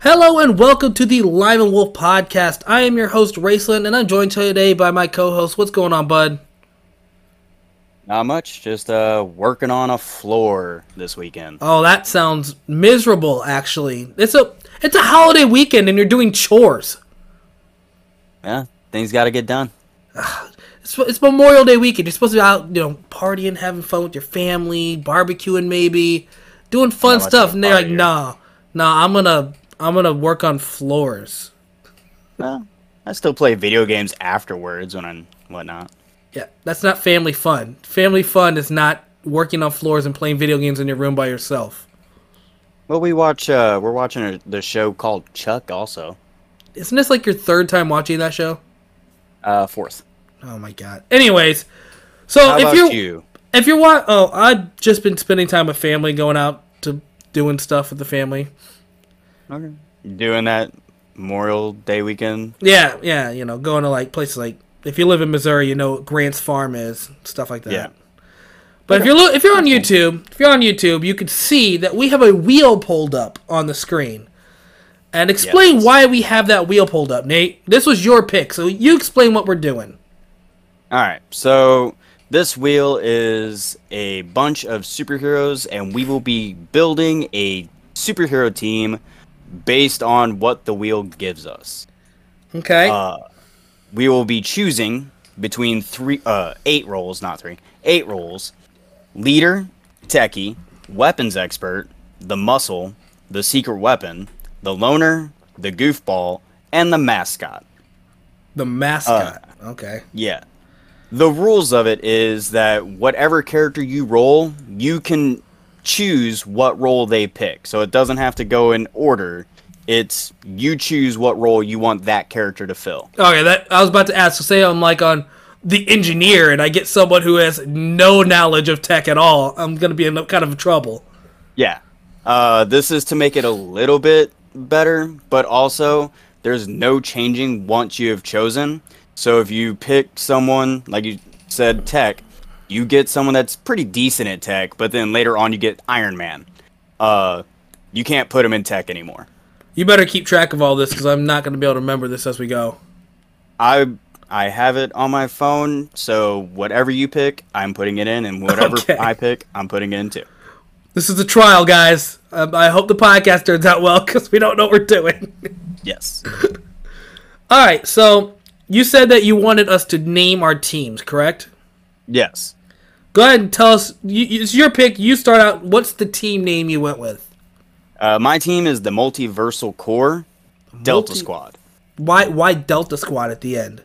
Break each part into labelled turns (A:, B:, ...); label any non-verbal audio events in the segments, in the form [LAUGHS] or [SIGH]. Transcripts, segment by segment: A: Hello and welcome to the Live and Wolf podcast. I am your host, Raceland, and I'm joined today by my co host. What's going on, bud?
B: Not much. Just uh, working on a floor this weekend.
A: Oh, that sounds miserable, actually. It's a it's a holiday weekend and you're doing chores.
B: Yeah, things got to get done.
A: It's, it's Memorial Day weekend. You're supposed to be out, you know, partying, having fun with your family, barbecuing maybe, doing fun
B: Not much
A: stuff.
B: of a
A: And they're like,
B: partier.
A: nah, nah, I'm gonna I'm gonna work on floors.
B: Well, I still play video games afterwards when and whatnot.
A: Yeah, that's not family fun. Family fun is not working on floors and playing video games in your room by yourself.
B: Well, we watch. Uh, we're watching a, the show called Chuck. Also,
A: Isn't this like your third time watching that show?
B: uh, fourth.
A: Oh my god. Anyways, so
B: How
A: if
B: about
A: you're
B: you?
A: if you're wa- oh, I've just been spending time with family, going out to doing stuff with the family.
B: Okay. Doing that Memorial Day weekend.
A: Yeah, yeah, you know, going to like places like if you live in Missouri, you know what Grant's Farm is, stuff like that.
B: Yeah.
A: But if you're lo- if you're on YouTube, if you're on YouTube, you can see that we have a wheel pulled up on the screen. And explain
B: Yes.
A: why we have that wheel pulled up, Nate. This was your pick, so you explain what we're doing.
B: All right. So this wheel is a bunch of superheroes, and we will be building a superhero team based on what the wheel gives us.
A: Okay.
B: Uh, we will be choosing between three uh eight roles not three eight roles leader techie weapons expert the muscle the secret weapon the loner the goofball and the mascot
A: the mascot.
B: uh,
A: okay.
B: yeah the rules of it is that whatever character you roll you can choose what role they pick so it doesn't have to go in order it's you choose what role you want that character to fill
A: Okay, that I was about to ask. So say I'm like on the engineer, and I get someone who has no knowledge of tech at all. I'm gonna be in kind of trouble.
B: Yeah. Uh, this is to make it a little bit better, but also there's no changing once you have chosen. So if you pick someone, like you said, tech, you get someone that's pretty decent at tech, but then later on you get Iron Man. Uh, you can't put him in tech anymore.
A: You better keep track of all this because I'm not gonna be able to remember this as we go.
B: I I have it on my phone, so whatever you pick, I'm putting it in, and whatever
A: Okay.
B: I pick, I'm putting it in too.
A: This is a trial, guys. Um, I hope the podcast turns out well because we don't know what we're doing. [LAUGHS]
B: Yes.
A: all right, so you said that you wanted us to name our teams, correct?
B: Yes.
A: Go ahead and tell us. You, you- it's your pick. You start out. What's the team name you went with?
B: Uh, my team is the Multiversal Core Delta
A: Multi-
B: Squad.
A: Why? Why Delta Squad at the end?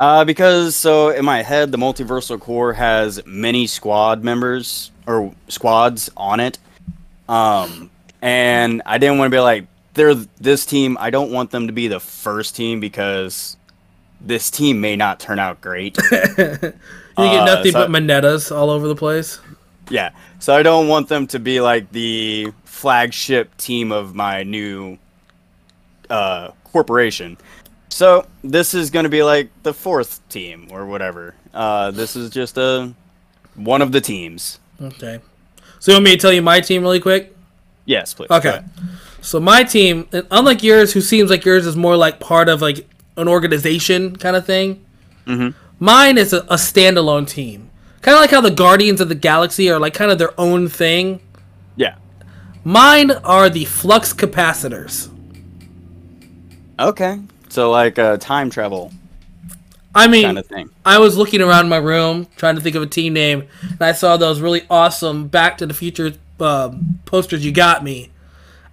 B: Uh, because so in my head, the multiversal core has many squad members or squads on it, um, and I didn't want to be like they're this team. I don't want them to be the first team because this team may not turn out great.
A: You get
B: Uh,
A: nothing
B: so-
A: but Manettas all over the place.
B: yeah, so I don't want them to be like the flagship team of my new uh, corporation. So this is going to be like the fourth team or whatever. Uh, this is just a one of the teams.
A: Okay. So you want me to tell you my team really quick?
B: Yes, please.
A: Okay. So my team, and unlike yours, who seems like yours is more like part of like an organization kind of thing. Mm-hmm. Mine is a, a standalone team, kind of like how the Guardians of the Galaxy are like kind of their own thing.
B: Yeah.
A: Mine are the flux capacitors.
B: Okay. So like a time travel
A: I mean,
B: kind of thing.
A: I was looking around my room trying to think of a team name, and I saw those really awesome Back to the Future um posters you got me,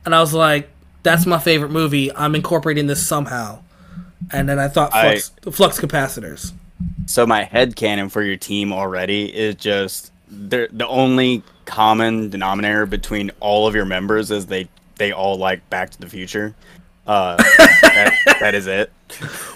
A: and I was like, "That's my favorite movie. I'm incorporating this somehow." And then I thought
B: I-
A: flux, flux capacitors.
B: So my head canon for your team already is just the the only common denominator between all of your members is they they all like Back to the Future.
A: [LAUGHS]
B: Uh, that, that is it.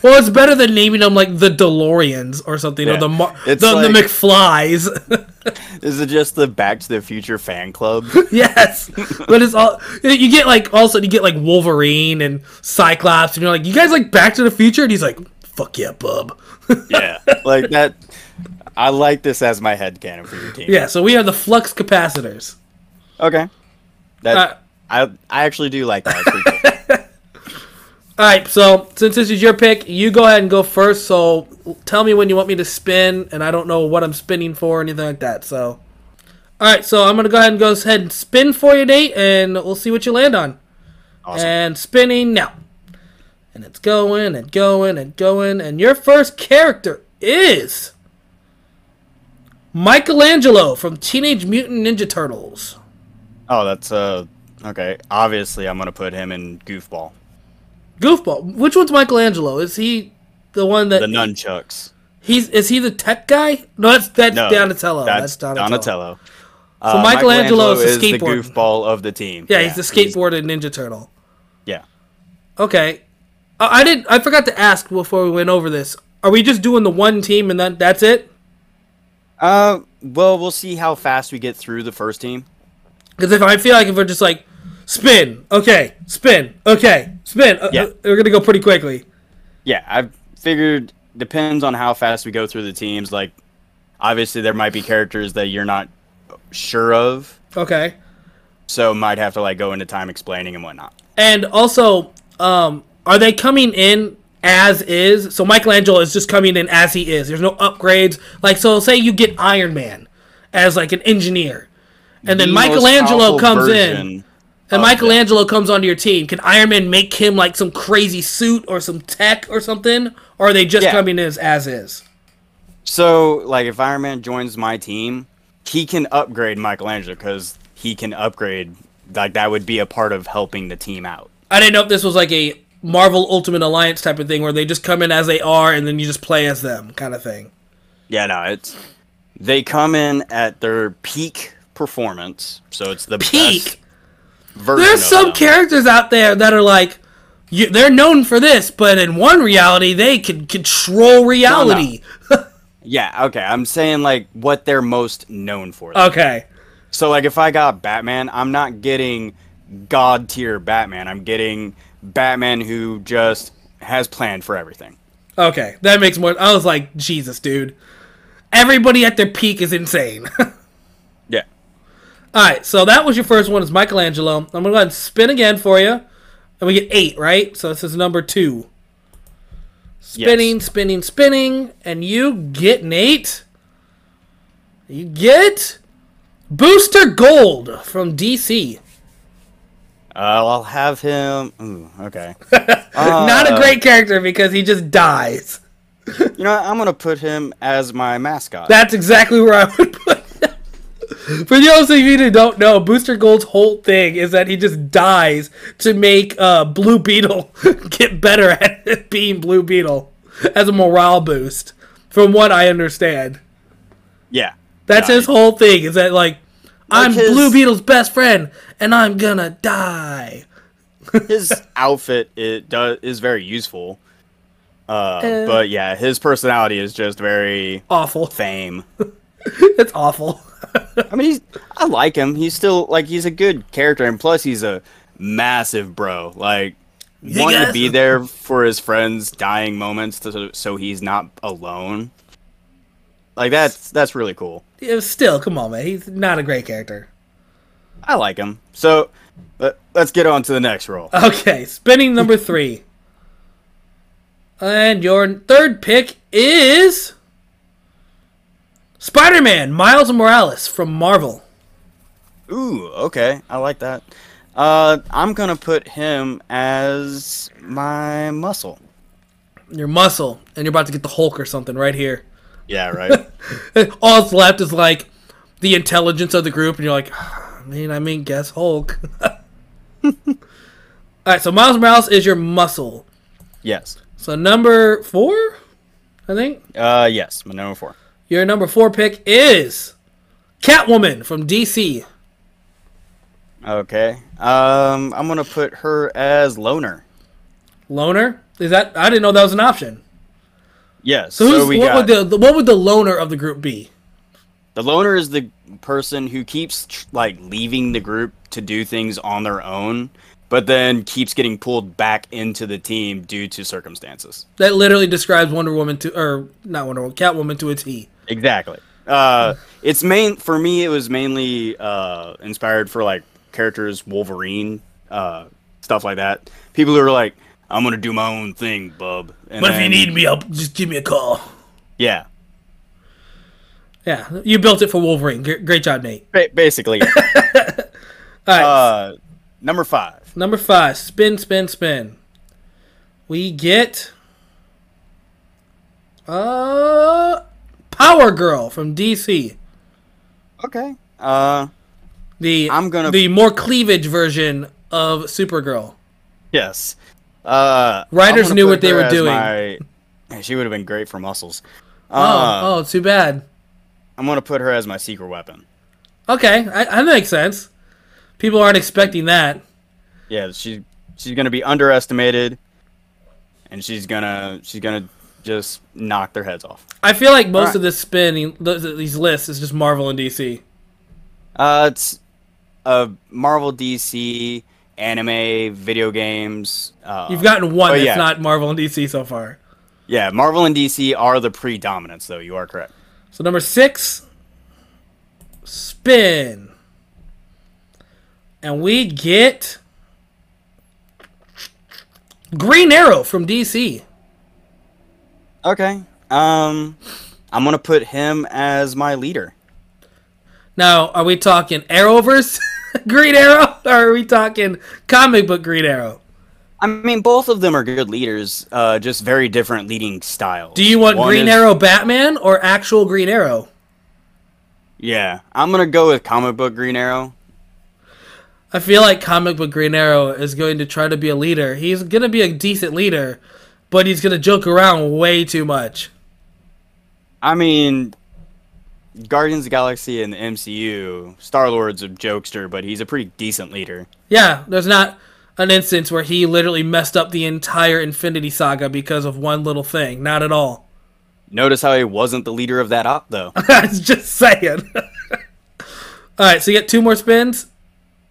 A: Well, it's better than naming them like the DeLoreans or something, or
B: Yeah.
A: the Mar- the,
B: It's
A: the
B: like-
A: McFlys. [LAUGHS]
B: This is just the Back to the Future
A: [LAUGHS]
B: fan club.
A: yes, but it's all you get like also you get like Wolverine and Cyclops, and you're like, "You guys like Back to the Future?" And he's like, "Fuck yeah, bub."
B: yeah, like that. I like this as my head canon for your team.
A: Yeah, so we are the flux capacitors.
B: Okay. That
A: Uh, [LAUGHS]
B: I I actually do like that. It's pretty cool.
A: All right, so since this is your pick, you go ahead and go first. So tell me when you want me to spin, and I don't know what I'm spinning for or anything like that. So, all right, so I'm gonna go ahead and go ahead and spin for you, Nate, and we'll see what you land on.
B: Awesome.
A: And spinning now, and it's going and going and going, and your first character is Michelangelo from Teenage Mutant Ninja Turtles.
B: oh, that's uh okay. Obviously, I'm gonna put him in goofball.
A: Goofball. Which one's Michelangelo? Is he the one that
B: The nunchucks.
A: He's is he the tech guy? No, that's that's
B: No,
A: Donatello. That's, Donatello.
B: Donatello. Uh,
A: Michelangelo is the
B: is the
A: skateboard.
B: goofball of the team.
A: Yeah, he's the skateboarded Ninja Turtle.
B: yeah.
A: Okay, I, I didn't. I forgot to ask before we went over this. Are we just doing the one team and then that's it?
B: Uh, well, we'll see how fast we get through the first team.
A: Because if I feel like if we're just like spin, okay, spin, okay, spin, uh,
B: Yeah.
A: uh, we're gonna go pretty quickly.
B: Yeah, I figured depends on how fast we go through the teams. Like, obviously, there might be characters that you're not sure of,
A: Okay,
B: so might have to like go into time explaining and whatnot.
A: and also, um, are they coming in? As is, so Michelangelo is just coming in as he is. There's no upgrades. Like, so say you get Iron Man as like an engineer, and then
B: The most
A: Michelangelo
B: powerful
A: comes in.
B: version
A: And
B: of
A: Michelangelo comes onto your team. Can Iron Man make him like some crazy suit or some tech or something? Or are they just
B: Yeah.
A: coming in as, as is?
B: So, like, if Iron Man joins my team, he can upgrade Michelangelo because he can upgrade. Like, that would be a part of helping the team out.
A: I didn't know if this was like a Marvel Ultimate Alliance type of thing where they just come in as they are and then you just play as them kind of thing.
B: Yeah, no, it's they come in at their peak performance, so it's the
A: Peak.
B: best version.
A: There's
B: of
A: some
B: them.
A: characters out there that are like, you, they're known for this, but in one reality, they can control reality.
B: Yeah, okay. I'm saying like what they're most known for.
A: Okay.
B: so like if I got Batman, I'm not getting god tier Batman. I'm getting Batman who just has planned for everything.
A: Okay. That makes more. I was like, Jesus, dude. Everybody at their peak is insane. [LAUGHS]
B: Yeah.
A: All right, so that was your first one. Is Michelangelo. I'm gonna go ahead and spin again for you, and we get eight, right? So this is number two. Spinning, spinning, spinning, and you get Nate. You get Booster Gold from DC.
B: Uh, I'll have him. Ooh, okay.
A: Not
B: Uh,
A: a great character because he just dies.
B: You know, what? I'm gonna put him as my mascot.
A: That's exactly where I would put him. For those of you who don't know, Booster Gold's whole thing is that he just dies to make uh, Blue Beetle [LAUGHS] get better at [LAUGHS] being Blue Beetle as a morale boost, from what I understand.
B: yeah.
A: That's
B: Yeah,
A: his whole thing is that, like, I'm
B: his-
A: Blue Beetle's best friend and I'm gonna die.
B: his outfit it does is very useful. Uh,
A: Uh.
B: but yeah, his personality is just very
A: Awful. [LAUGHS]
B: fame.
A: That's awful. [LAUGHS]
B: I mean, he's I like him. He's still like he's a good character, and plus he's a massive bro. Like wanting
A: guys-
B: to be there for his friends' dying moments, to, so he's not alone. Like that's that's really cool.
A: Yeah, Still, come on, man. He's not a great character.
B: I like him. So let, let's get on to the next role.
A: Okay, spinning number three. And your third pick is Spider Man Miles Morales from Marvel.
B: Ooh, okay. I like that. Uh, I'm gonna put him as my muscle.
A: Your muscle, and you're about to get the Hulk or something right here. [LAUGHS]
B: [LAUGHS] Yeah, right.
A: All that's left is like the intelligence of the group, and you're like, I mean, I mean, guess Hulk. [LAUGHS] All right, so Miles Morales is your muscle.
B: yes.
A: So number four, I think.
B: Uh, yes. My number four.
A: Your number four pick is Catwoman from DC.
B: Okay. Um, I'm gonna put her as loner.
A: Loner? Is that I didn't know that was an option.
B: Yes.
A: So, who's,
B: we
A: what
B: got
A: would the, the what would the loner of the group be?
B: the loner is the person who keeps tr- like leaving the group to do things on their own, but then keeps getting pulled back into the team due to circumstances.
A: That literally describes Wonder Woman to or not Wonder Woman, Catwoman to a T.
B: Exactly. Uh, it's main for me. It was mainly uh, inspired for like characters, Wolverine, uh, stuff like that. People who are like, I'm gonna do my own thing, bub. And
A: But if you
B: then-
A: need me, I'll just give me a call.
B: yeah,
A: Yeah, you built it for Wolverine. Gr- Great job, Nate.
B: ba-
A: [LAUGHS]
B: basically.
A: All right,
B: uh, number five.
A: number five. Spin, spin, spin. We get uh Power Girl from DC.
B: Okay. Uh,
A: The
B: I'm gonna-
A: the more cleavage version of Supergirl.
B: yes. Uh,
A: Writers
B: I'm gonna
A: knew
B: put
A: what they
B: her
A: were
B: as
A: doing.
B: my- Man, she would have been great for muscles. Uh,
A: oh, oh, too bad.
B: I'm gonna put her as my secret weapon.
A: Okay, I, that makes sense. People aren't expecting that.
B: Yeah, she she's gonna be underestimated, and she's gonna she's gonna just knock their heads off.
A: I feel like most
B: Alright.
A: of this spin, th- th- these lists, is just Marvel and DC.
B: Uh, it's uh Marvel, DC, anime, video games. Uh,
A: You've gotten one
B: oh,
A: that's
B: yeah.
A: not Marvel and DC so far.
B: yeah, Marvel and DC are the predominants, though. You are correct.
A: So number six, spin, and we get Green Arrow from DC.
B: Okay. Um, I'm gonna put him as my leader.
A: Now, are we talking Arrowverse [LAUGHS] Green Arrow, or are we talking comic book Green Arrow?
B: I mean, both of them are good leaders, uh, just very different leading styles.
A: Do you want
B: One
A: Green
B: is-
A: Arrow Batman or actual Green Arrow?
B: Yeah, I'm gonna go with comic book Green Arrow.
A: I feel like comic book Green Arrow is going to try to be a leader. He's going to be a decent leader, but he's going to joke around way too much.
B: I mean, Guardians of the Galaxy and the MCU, Star Lord's a jokester, but he's a pretty decent leader.
A: Yeah, there's not an instance where he literally messed up the entire Infinity Saga because of one little thing. Not at all. [LAUGHS]
B: Notice how he wasn't the leader of that op, though.
A: I was just saying. [LAUGHS] all right, so you get two more spins.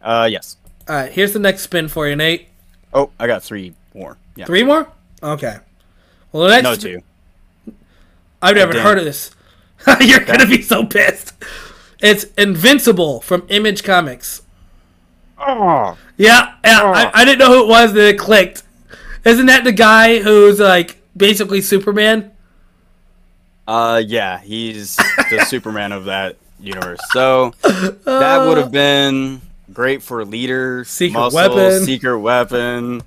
B: uh, yes.
A: All right, here's the next spin for you, Nate.
B: Oh, I got three more. Yeah.
A: Three more? Okay. Well, the next
B: No,
A: sp-
B: two.
A: I've never
B: Damn.
A: heard of this. [LAUGHS] You're going to be so pissed. It's Invincible from Image Comics.
B: Oh.
A: Yeah, yeah
B: Oh.
A: I, I didn't know who it was that it clicked. Isn't that the guy who's like basically Superman?
B: Uh, yeah, he's the
A: [LAUGHS]
B: Superman of that universe. So that would have been great for leader,
A: Uh. Secret
B: muscle,
A: weapon.
B: secret weapon.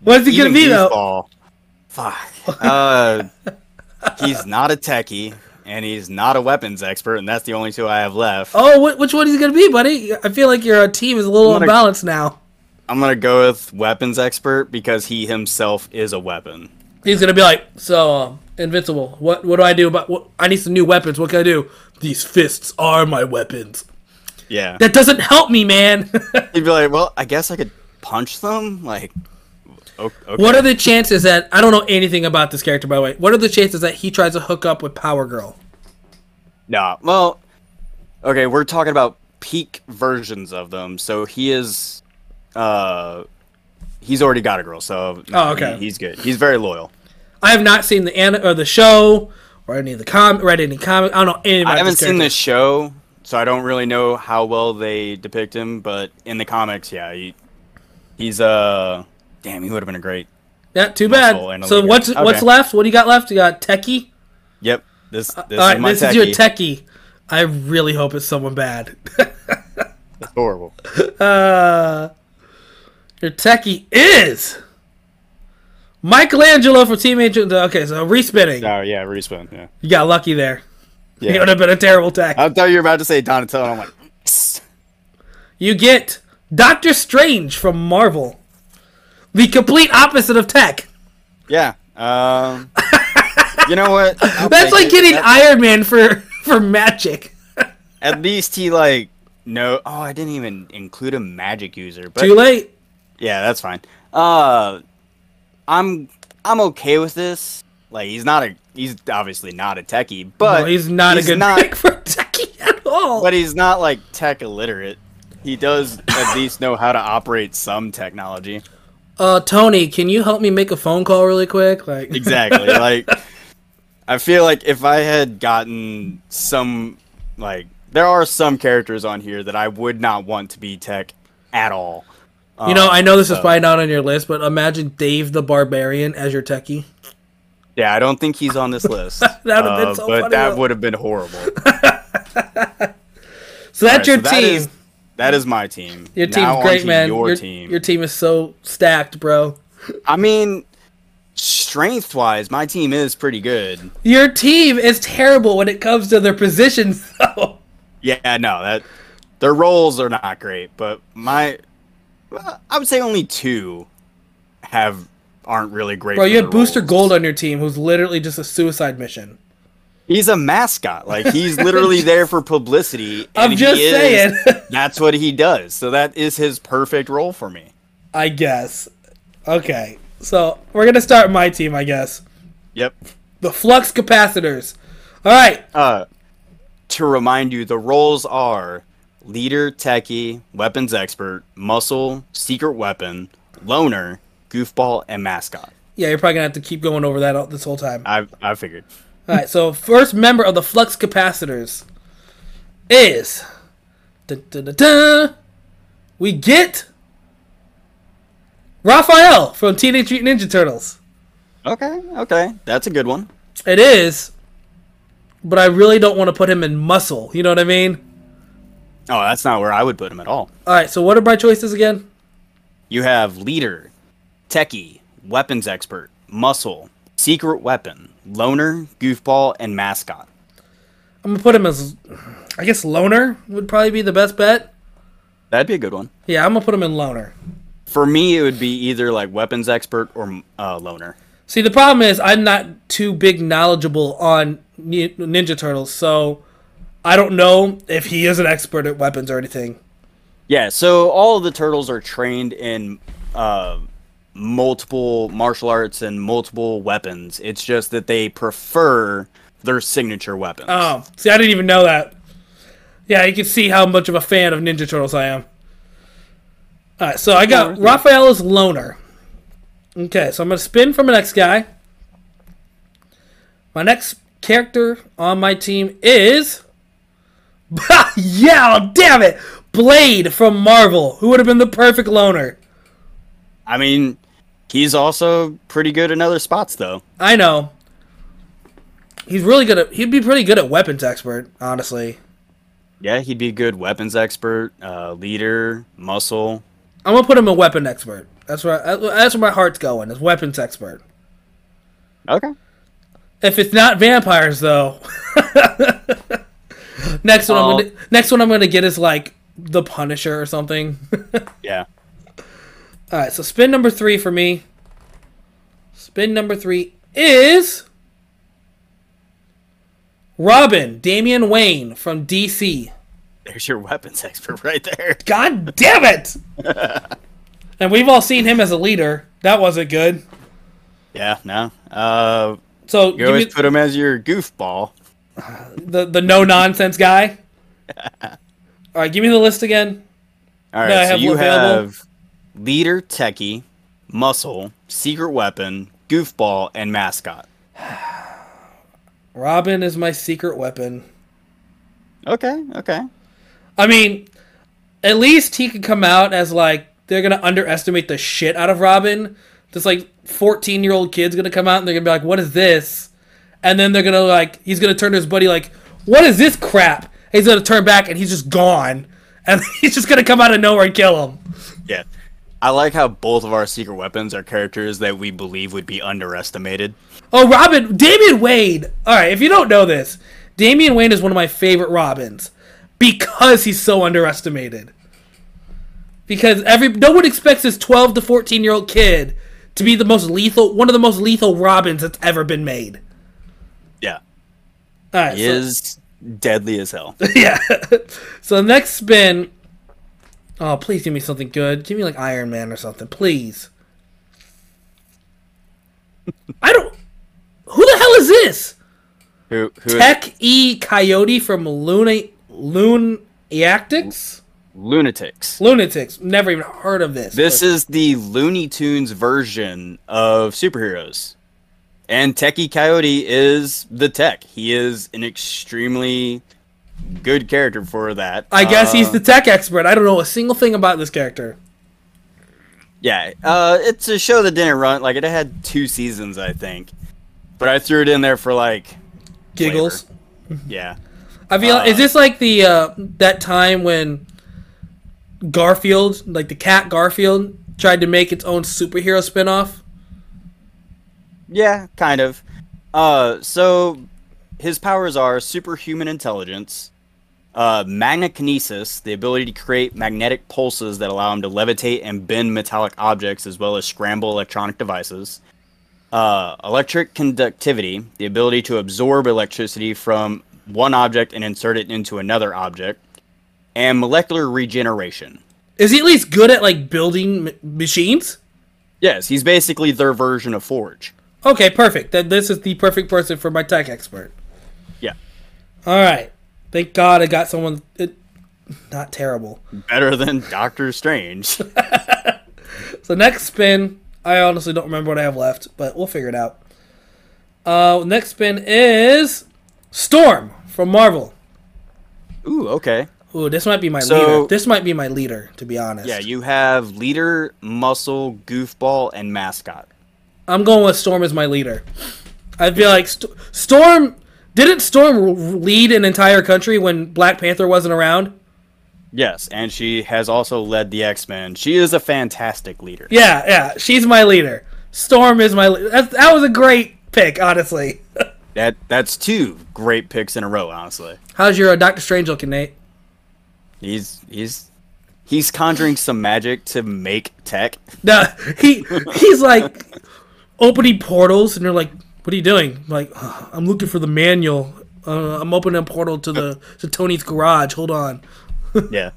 A: What's he gonna
B: even
A: be though?
B: goofball. Fuck. Uh, he's not a techie, and he's not a weapons expert, and that's the only two I have left.
A: Oh, wh- which one is he gonna be, buddy? I feel like your uh, team is a little
B: I'm gonna-
A: unbalanced now.
B: I'm gonna go with weapons expert because he himself is a weapon.
A: He's gonna be like, so um, invincible. What what do I do about? What, I need some new weapons. What can I do? These fists are my weapons.
B: Yeah.
A: That doesn't help me, man. [LAUGHS]
B: He'd be like, "Well, I guess I could punch them." Like, o- okay.
A: what are the chances that I don't know anything about this character, by the way? What are the chances that he tries to hook up with Power Girl?
B: Nah. Well, okay, we're talking about peak versions of them. So he is, uh, he's already got a girl. So
A: Oh, okay.
B: he- he's good. He's very loyal.
A: I have not seen the an- or the show or any of the com read any comic. I don't know any. About
B: I haven't seen the
A: character.
B: show, so I don't really know how well they depict him. But in the comics, yeah, he, he's uh, damn, he would have been a great.
A: Yeah, too
B: Muscle
A: bad.
B: Oh, and a
A: So
B: leader.
A: what's what's
B: Okay.
A: left? What do you got left? You got Techie.
B: Yep, this this
A: Uh, All right,
B: is my
A: this is your techie. I really hope it's someone bad. [LAUGHS]
B: Horrible.
A: your techie is Michelangelo from Team Agent. Okay, so respinning.
B: Oh yeah, respin. Yeah,
A: [LAUGHS] You got lucky there. It would
B: yeah.
A: have been a terrible tech.
B: I thought you were about to say Donatello. I'm like,
A: you get Doctor Strange from Marvel. The complete opposite of tech.
B: yeah.
A: [LAUGHS]
B: Um, you know what? I'll
A: That's
B: take
A: like
B: it.
A: getting
B: That-
A: Iron Man for [LAUGHS] for magic.
B: at least he like no. Oh, I didn't even include a magic user. But
A: Too late.
B: Yeah, that's fine. Uh, I'm I'm okay with this. Like he's not a he's obviously not a techie, but
A: No, he's not a good [LAUGHS]
B: not- [LAUGHS]
A: pick for techie at all.
B: but he's not like tech illiterate. He does at least know how to operate some technology.
A: uh, Tony, can you help me make a phone call really quick? Like, [LAUGHS]
B: Exactly. like I feel like if I had gotten some like there are some characters on here that I would not want to be tech at all.
A: You know, I know this
B: uh,
A: is probably not on your list, but imagine Dave the Barbarian as your techie.
B: Yeah, I don't think he's on this list.
A: [LAUGHS] That would've been
B: Uh,
A: so
B: but
A: funny,
B: that
A: though.
B: would have been horrible.
A: So that's your
B: Alright, so that
A: team.
B: is- that is my team.
A: your team's
B: Now
A: great,
B: onto
A: man.
B: Your,
A: your
B: team.
A: Your team is so stacked, bro.
B: I mean, strength wise, my team is pretty good.
A: Your team is terrible when it comes to their positions, [LAUGHS] though.
B: Yeah, no, that their roles are not great, but my well, I would say only two have aren't really great.
A: Bro,
B: for
A: you had
B: their
A: Booster
B: roles.
A: Gold on your team, who's literally just a suicide mission.
B: He's a mascot. Like he's
A: [LAUGHS]
B: literally there for publicity.
A: I'm
B: and
A: just
B: he is-
A: saying.
B: that's what he does. So that is his perfect role for me.
A: I guess. Okay, so we're gonna start my team, I guess.
B: Yep.
A: The flux capacitors. All right,
B: Uh, to remind you, the roles are leader, techie, weapons expert, muscle, secret weapon, loner, goofball, and mascot.
A: yeah, you're probably gonna have to keep going over that all- this whole time.
B: I I figured.
A: All right, so first member of the flux capacitors is dun, dun, dun, dun. we get Raphael from Teenage Mutant Ninja Turtles.
B: Okay, okay, that's a good one.
A: It is, but I really don't want to put him in muscle. You know what I mean?
B: Oh, that's not where I would put him at all.
A: All right, so what are my choices again?
B: You have leader, techie, weapons expert, muscle, secret weapon, loner, goofball, and mascot.
A: I'm gonna put him as, I guess loner would probably be the best bet.
B: That'd be a good one.
A: Yeah, I'm gonna put him in loner.
B: For me, it would be either like weapons expert or uh, loner.
A: See, the problem is I'm not too big knowledgeable on Ni- Ninja Turtles, so I don't know if he is an expert at weapons or anything.
B: Yeah, so all of the turtles are trained in uh, multiple martial arts and multiple weapons. It's just that they prefer their signature weapons.
A: Oh, see, I didn't even know that. Yeah, you can see how much of a fan of Ninja Turtles I am. All right, so I got
B: Yeah.
A: Raphael as loner. Okay, so I'm gonna spin for my next guy. My next character on my team is, [LAUGHS] yeah, damn it, Blade from Marvel, who would have been the perfect loner.
B: I mean, he's also pretty good in other spots, though.
A: I know. He's really good at. He'd be pretty good at weapons expert, honestly.
B: Yeah, he'd be a good weapons expert, uh, leader, muscle.
A: I'm gonna put him a weapon expert. That's where I, that's where my heart's going. Is weapons expert.
B: Okay.
A: If it's not vampires, though. [LAUGHS] next one,
B: Oh.
A: I'm gonna, next one I'm gonna get is like the Punisher or something. [LAUGHS]
B: Yeah. [LAUGHS]
A: All right, so spin number three for me. Spin number three is Robin Damian Wayne from DC.
B: There's your weapons [LAUGHS] expert right
A: [LAUGHS]
B: there.
A: God damn
B: [LAUGHS]
A: it! and we've all seen him as a leader. That wasn't good.
B: Yeah, no. Uh,
A: So
B: you
A: give me
B: always put him as your goofball.
A: the the no nonsense guy. [LAUGHS] all right, give me the list again.
B: All right,
A: I
B: so
A: have
B: you
A: available.
B: have leader, techie, muscle, secret weapon, goofball, and mascot.
A: Robin is my secret weapon.
B: Okay, okay.
A: I mean, at least he could come out as like they're gonna underestimate the shit out of Robin. This like fourteen year old kid's gonna come out and they're gonna be like, "What is this?" And then they're gonna like he's gonna turn to his buddy like, "What is this crap?" And he's gonna turn back and he's just gone, and [LAUGHS] he's just gonna come out of nowhere and kill him.
B: Yeah. I like how both of our secret weapons are characters that we believe would be underestimated.
A: Oh, Robin, Damian Wayne. All right, if you don't know this, Damian Wayne is one of my favorite Robins because he's so underestimated. Because every no one expects this 12 to 14 year old kid to be the most lethal, one of the most lethal Robins that's ever been made.
B: Yeah.
A: All right,
B: He
A: so-
B: is deadly as [LAUGHS] hell.
A: [LAUGHS] yeah. so next spin. Oh, please give me something good. Give me like Iron Man or something,
B: [LAUGHS]
A: please. I don't. Who the hell is this?
B: who who is
A: Tech E Coyote from Luna Lunatics.
B: lunatics.
A: Lunatics. Never even heard of this.
B: This is the Looney Tunes version of superheroes. And Techie Coyote is the tech. He is an extremely good character for that.
A: I guess he's
B: Uh,
A: the tech expert. I don't know a single thing about this character.
B: Yeah, uh, it's a show that didn't run. Like it had two seasons, I think, but I threw it in there for like
A: Giggles.
B: flavor. Yeah,
A: I feel
B: Uh,
A: is this like the uh, that time when Garfield, like the cat Garfield, tried to make its own superhero spinoff?
B: yeah, kind of. Uh, so his powers are superhuman intelligence, uh, magnekinesis, the ability to create magnetic pulses that allow him to levitate and bend metallic objects, as well as scramble electronic devices. Uh, electric conductivity, the ability to absorb electricity from one object and insert it into another object, and molecular regeneration.
A: Is he at least good at like building m- machines?
B: Yes, he's basically their version of Forge.
A: Okay, perfect. Then this is the perfect person for my tech expert.
B: Yeah,
A: All right. Thank God I got someone it, not terrible.
B: better than [LAUGHS] Doctor Strange.
A: So next spin, I honestly don't remember what I have left, but we'll figure it out. Uh, next spin is Storm from Marvel.
B: Ooh, okay.
A: Ooh, this might be my
B: So-
A: leader. This might be my leader, to be honest.
B: Yeah, you have leader, muscle, goofball, and mascot.
A: I'm going with Storm as my leader. I feel like St- Storm didn't Storm r- lead an entire country when Black Panther wasn't around.
B: Yes, and she has also led the X Men. She is a fantastic leader.
A: Yeah, yeah, she's my leader. Storm is my. Le- that, that was a great pick, honestly. [LAUGHS]
B: That that's two great picks in a row, honestly.
A: How's your uh, Doctor Strange looking, Nate?
B: He's he's he's conjuring some magic to make tech.
A: No, he he's like opening portals, and they're like, "What are you doing?" I'm like, "Ugh, I'm looking for the manual. Uh, I'm opening a portal to the to Tony's garage. Hold on.
B: Yeah.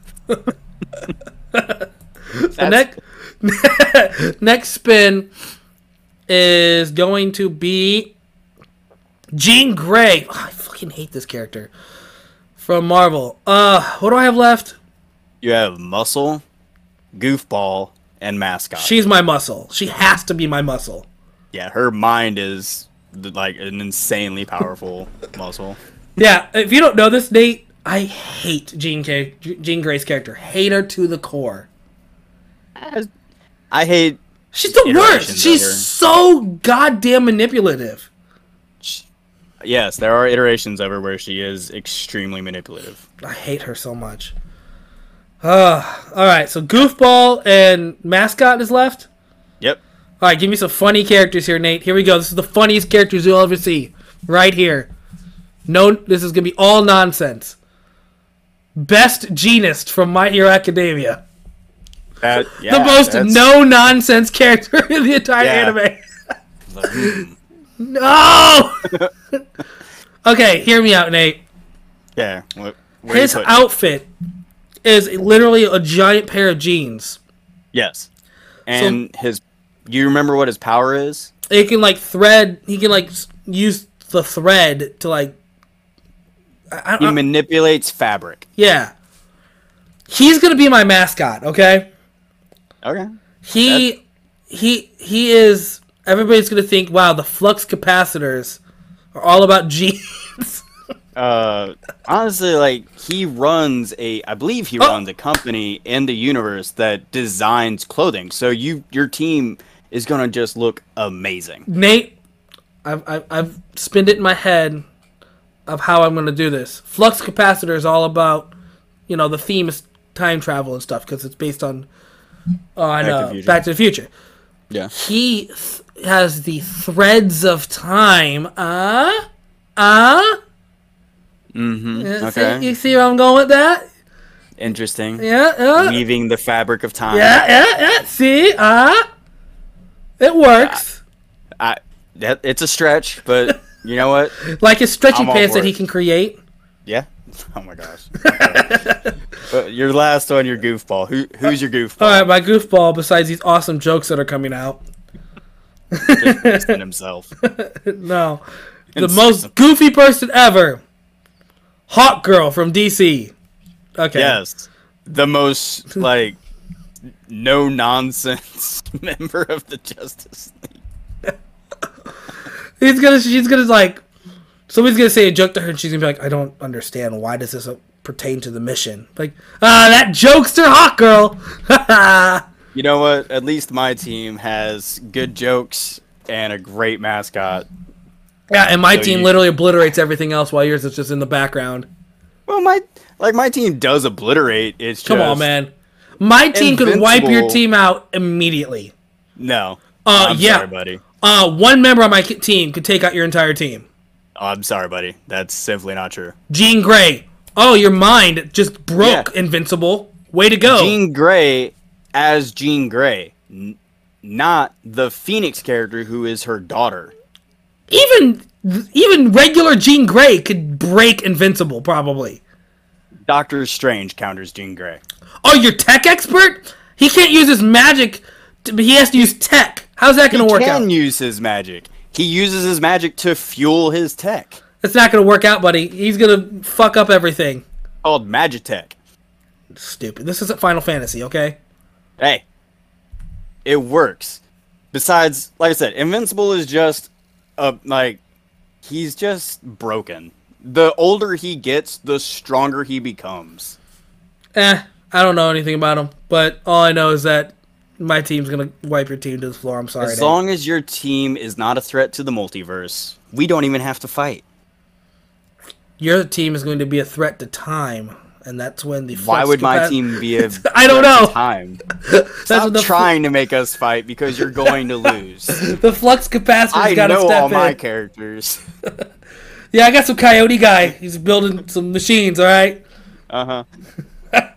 A: Next next [LAUGHS] spin is going to be Jean Grey. Ugh, I fucking hate this character from Marvel. Uh, what do I have left?
B: you have muscle, goofball, and mascot.
A: She's my muscle. She has to be my muscle.
B: yeah, her mind is th- like an insanely powerful muscle.
A: Yeah, if you don't know this, Nate, I hate Jean K. Jean Grey's character. Hate her to the core.
B: I hate
A: She's the worst.
B: Iterations
A: She's
B: of her.
A: so goddamn manipulative.
B: Yes, there are iterations of her where she is extremely manipulative.
A: I hate her so much. Ugh. all right, so goofball and mascot is left.
B: Yep.
A: All right, give me some funny characters here, Nate. Here we go. This is the funniest characters you'll ever see, right here. No, this is gonna be all nonsense. Best genist from My Hero Academia.
B: That,
A: [LAUGHS]
B: yeah,
A: the most
B: that's-
A: no nonsense character [LAUGHS] in the entire
B: Yeah.
A: anime.
B: Hmm.
A: No. okay, hear me out, Nate.
B: [LAUGHS] Yeah. What, where you
A: His
B: put-
A: outfit is literally a giant pair of jeans.
B: Yes. And his. You remember what his power is?
A: It can like thread. He can like s- use the thread to like. I, I,
B: He
A: I-
B: manipulates fabric.
A: yeah. He's gonna be my mascot. Okay.
B: Okay.
A: He he he is. Everybody's gonna think, wow, the flux capacitors are all about [LAUGHS] jeans.
B: Uh, honestly, like he runs a, I believe
A: Oh.
B: he runs a company in the universe that designs clothing. So you, your team is gonna just look amazing.
A: Nate, I've, I've, I've spinned it in my head of how I'm going to do this. Flux capacitor is all about, you know, the theme is time travel and stuff because it's based on on
B: Back to
A: uh,
B: the Future.
A: Back to the Future.
B: Yeah.
A: He th- has the threads of time. Uh, uh. Mm-hmm.
B: okay.
A: you see where I'm going with that?
B: Interesting.
A: Yeah. Yeah.
B: Weaving the fabric of time.
A: yeah. Yeah. Yeah. See. Uh. It works.
B: I, that, it's a stretch, but you know what?
A: Like his stretchy
B: I'm all
A: pants
B: for
A: that he
B: it.
A: can create.
B: Yeah. [LAUGHS] Oh my gosh. but your last one, your goofball. Who who's your
A: [LAUGHS] All
B: goofball?
A: right, my goofball. Besides these awesome jokes that are coming out,
B: Just Winston himself.
A: no, the most goofy person ever, Hawk Girl from DC. Okay,
B: Yes. The most like no nonsense [LAUGHS] member of the Justice League.
A: he's gonna, she's gonna like, somebody's gonna say a joke to her, and she's gonna be like, "I don't understand. Why does this uh, pertain to the mission?" Like, ah, that jokester Hawk Girl.
B: You know what? At least my team has good jokes and a great mascot.
A: [LAUGHS] Yeah, and my
B: So
A: team
B: you-
A: literally obliterates everything else while yours is just in the background.
B: Well, my like my team does obliterate. It's
A: Come
B: just,
A: on, man. My team could wipe your
B: Invincible.
A: team out immediately.
B: No.
A: Uh,
B: I'm
A: yeah.
B: sorry, buddy.
A: Uh, one member on my ki- team could take out your entire team.
B: Oh, I'm sorry, buddy. That's simply not true.
A: Jean Grey. Oh, your mind just broke,
B: Yeah.
A: Invincible. Way to go.
B: Jean Grey as Jean Grey, n- not the Phoenix character who is her daughter.
A: Even even regular Jean Grey could break Invincible, probably.
B: Doctor Strange counters Jean Grey.
A: Oh, your tech expert? He can't use his magic. To, he has to use tech. How's that going to work
B: Can
A: out?
B: use his magic. He uses his magic to fuel his tech
A: It's not going to work out, buddy. He's going to fuck up everything.
B: called Magitech.
A: Stupid. This isn't Final Fantasy, okay?
B: Hey, it works. Besides, like I said, Invincible is just uh, like he's just broken. The older he gets, the stronger he becomes.
A: Eh, I don't know anything about him, but all I know is that my team's going to wipe your team to the floor. I'm sorry.
B: As
A: Dave.
B: long as your team is not a threat to the multiverse, we don't even have to fight.
A: your team is going to be a threat to time, and that's when the
B: Why
A: flux
B: would my
A: capa-
B: team be a
A: [LAUGHS] I don't
B: threat to
A: know.
B: Time.
A: [LAUGHS] That's
B: Stop
A: what the,
B: trying to make us fight because you're going
A: [LAUGHS]
B: to lose.
A: the flux capacitor's
B: I
A: got to
B: know
A: step
B: all
A: in.
B: my characters. [LAUGHS]
A: yeah, I got some coyote guy. He's building some machines. All right,
B: Uh huh.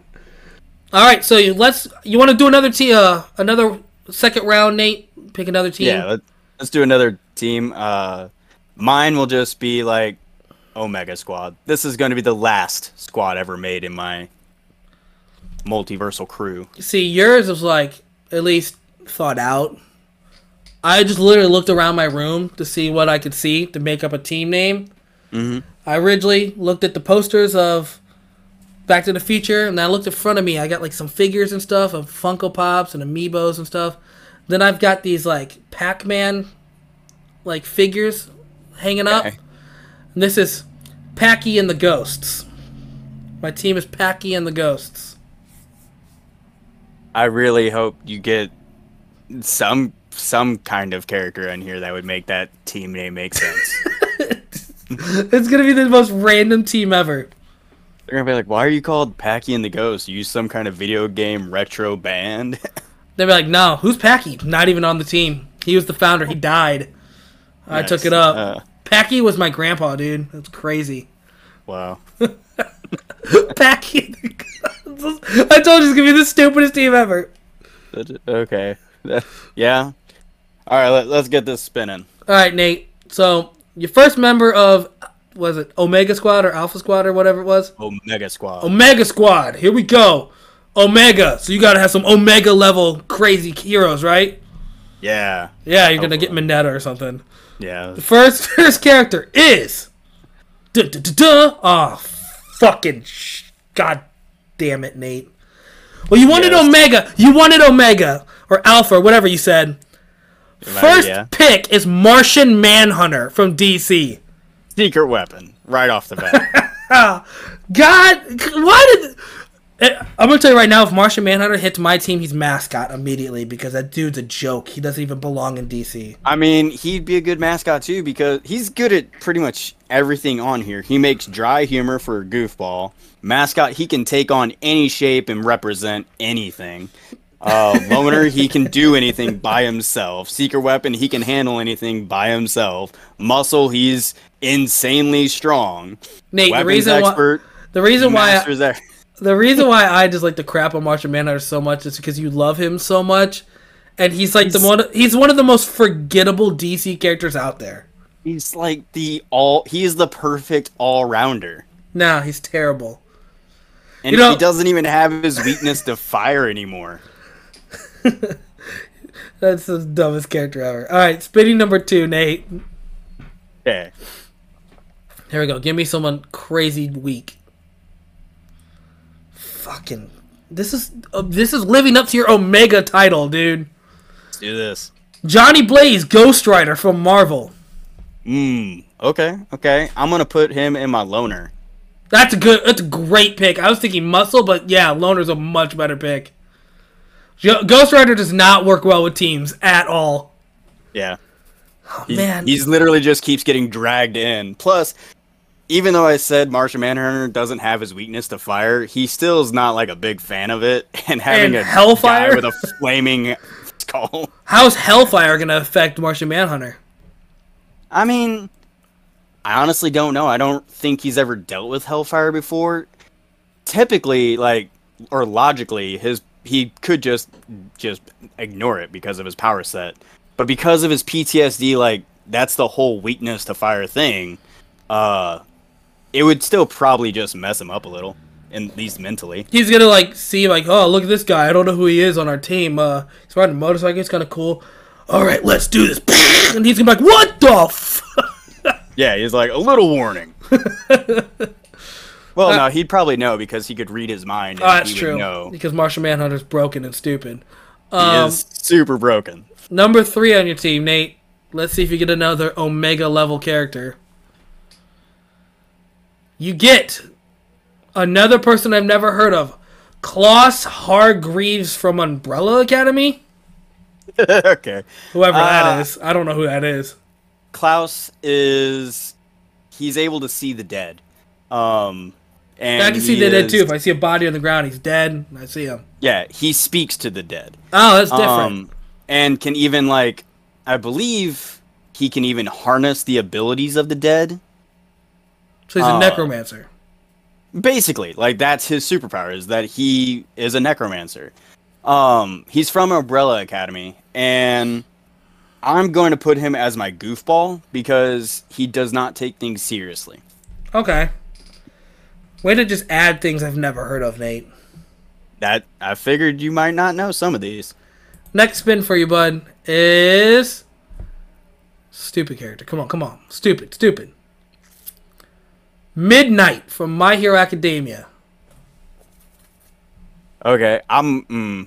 A: all right. So you, let's. You want to do another team? Uh, another second round, Nate. Pick another team.
B: Yeah, let, let's do another team. Uh, mine will just be like Omega Squad. This is going to be the last squad ever made in my multiversal crew.
A: See, yours was like at least thought out. I just literally looked around my room to see what I could see to make up a team name. Mm-hmm. I originally looked at the posters of Back to the Future, and I looked in front of me. I got like some figures and stuff of Funko Pops and Amiibos and stuff. Then I've got these like Pac-Man like figures hanging up.
B: Okay.
A: And this is Packy and the Ghosts. My team is Packy and the Ghosts.
B: I really hope you get some some kind of character in here that would make that team name make [LAUGHS] sense.
A: It's gonna be the most random team ever.
B: They're gonna be like, "Why are you called Packy and the Ghost? Use some kind of video game retro band." [LAUGHS]
A: They'd be like, "No, who's Packy? Not even on the team. He was the founder. He died. I took
B: Nice.
A: it up.
B: Uh,
A: Packy was my grandpa, dude. That's crazy.
B: wow.
A: Packy. [LAUGHS] I told you it's gonna be the stupidest team ever.
B: That- Okay. yeah. All right. Let, let's get this spinning.
A: All right, Nate. So your first member of was it Omega Squad or Alpha Squad or whatever it was?
B: Omega Squad.
A: Omega Squad. Here we go. Omega. So you gotta have some Omega level crazy heroes, right?
B: Yeah.
A: Yeah, you're gonna get Mineta or something.
B: Yeah.
A: First, [LAUGHS] first character is. Duh, duh, duh, duh. Oh, fucking. Sh- God damn it, Nate. Well, you wanted
B: Yes.
A: Omega. You wanted Omega. Or Alpha, or whatever you said. First
B: yeah.
A: pick is Martian Manhunter from DC.
B: Secret weapon. Right off the bat.
A: God, why did. Eh, I'm gonna tell you right now. If Martian Manhunter hits my team, he's mascot immediately because that dude's a joke. He doesn't even belong in DC.
B: I mean, he'd be a good mascot too because he's good at pretty much everything on here. He makes dry humor for a goofball. Mascot, he can take on any shape and represent anything. Uh, loner, he can do anything by himself. Seeker weapon, he can handle anything by himself. Muscle, he's insanely strong.
A: Nate, the
B: Weapons
A: reason
B: expert,
A: why the reason why I-
B: masters there.
A: The reason why I just like to crap on Martian Manhunter so much is because you love him so much, and he's like the one. He's one of the most forgettable DC characters out there.
B: He's like the all. He is the perfect all rounder,
A: Nah, he's terrible.
B: and
A: You know-
B: he doesn't even have his weakness to fire anymore.
A: That's the dumbest character ever. All right, spinning number two, Nate.
B: Okay.
A: Here we go. Give me someone crazy weak. Fucking. This is uh, this is living up to your Omega title, dude.
B: Let's do this.
A: Johnny Blaze, Ghost Rider from Marvel.
B: Mmm. Okay. Okay. I'm gonna put him in my loner.
A: That's a good. That's a great pick. I was thinking muscle, but yeah, loner's a much better pick. Go- Ghost Rider does not work well with teams at all.
B: Yeah.
A: Oh,
B: He's,
A: man,
B: he's literally just keeps getting dragged in. Plus, even though I said Martian Manhunter doesn't have his weakness to fire, he still is not like a big fan of it. [LAUGHS] And having
A: And
B: a
A: Hellfire?
B: guy with a flaming [LAUGHS] skull.
A: how's Hellfire gonna affect Martian Manhunter?
B: I mean, I honestly don't know. I don't think he's ever dealt with Hellfire before. Typically, like or logically, his he could just just ignore it because of his power set. But because of his PTSD, like that's the whole weakness to fire thing. Uh, it would still probably just mess him up a little, at least mentally.
A: He's gonna like see like, oh look at this guy. I don't know who he is on our team. Uh, he's riding a motorcycle. He's kind of cool. All right, let's do this. [LAUGHS] And he's gonna be like, what the? F-?
B: Yeah, he's like a little
A: [LAUGHS]
B: warning. well, no, he'd probably know because he could read his mind. And
A: Uh, Oh, that's
B: he
A: true.
B: Would know.
A: Because Martian Manhunter's broken and stupid.
B: He
A: Um,
B: is
A: [LAUGHS]
B: super broken.
A: Number three on your team, Nate. Let's see if you get another Omega level character. You get another person I've never heard of, Klaus Hargreaves from Umbrella Academy.
B: okay.
A: Whoever that
B: Ah.
A: is, I don't know who that is.
B: Klaus is he's able to see the dead. Um and
A: I can see
B: he
A: the dead
B: is-
A: too. If I see a body on the ground, he's dead. I see him.
B: Yeah, he speaks to the dead.
A: Oh, that's different.
B: Um and can even like I believe he can even harness the abilities of the dead.
A: so he's a
B: uh,
A: necromancer.
B: Basically, like that's his superpower is that he is a necromancer. Um he's from Umbrella Academy and I'm going to put him as my goofball because he does not take things seriously.
A: Okay. Way to just add things I've never heard of, Nate.
B: That I figured you might not know some of these.
A: Next spin for you, bud, is stupid character. Come on, come on, stupid, stupid. Midnight from My Hero Academia.
B: Okay, I'm. Mm,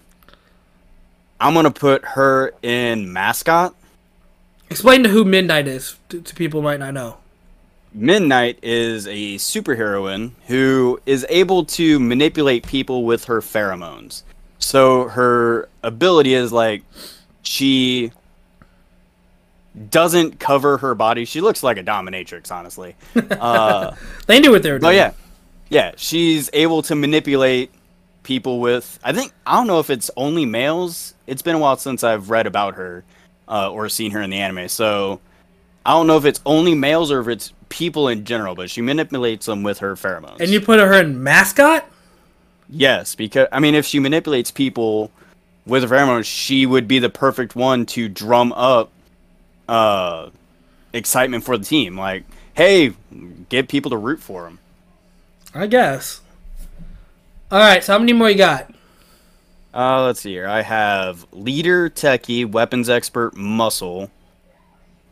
B: I'm gonna put her in mascot.
A: Explain to who Midnight is to, to people who might not know.
B: Midnight is a superheroine who is able to manipulate people with her pheromones. So her ability is like she doesn't cover her body. She looks like a dominatrix, honestly. Uh,
A: They knew what they were
B: Oh
A: doing.
B: yeah, yeah. She's able to manipulate people with. I think I don't know if it's only males. It's been a while since I've read about her uh, or seen her in the anime, so I don't know if it's only males or if it's people in general. But she manipulates them with her pheromones.
A: And you put her in mascot?
B: yes, because I mean, if she manipulates people with her pheromones, she would be the perfect one to drum up uh, excitement for the team. Like, hey, get people to root for them.
A: I guess. All right, so how many more you got?
B: Uh, let's see here. I have leader, techie, weapons expert, muscle,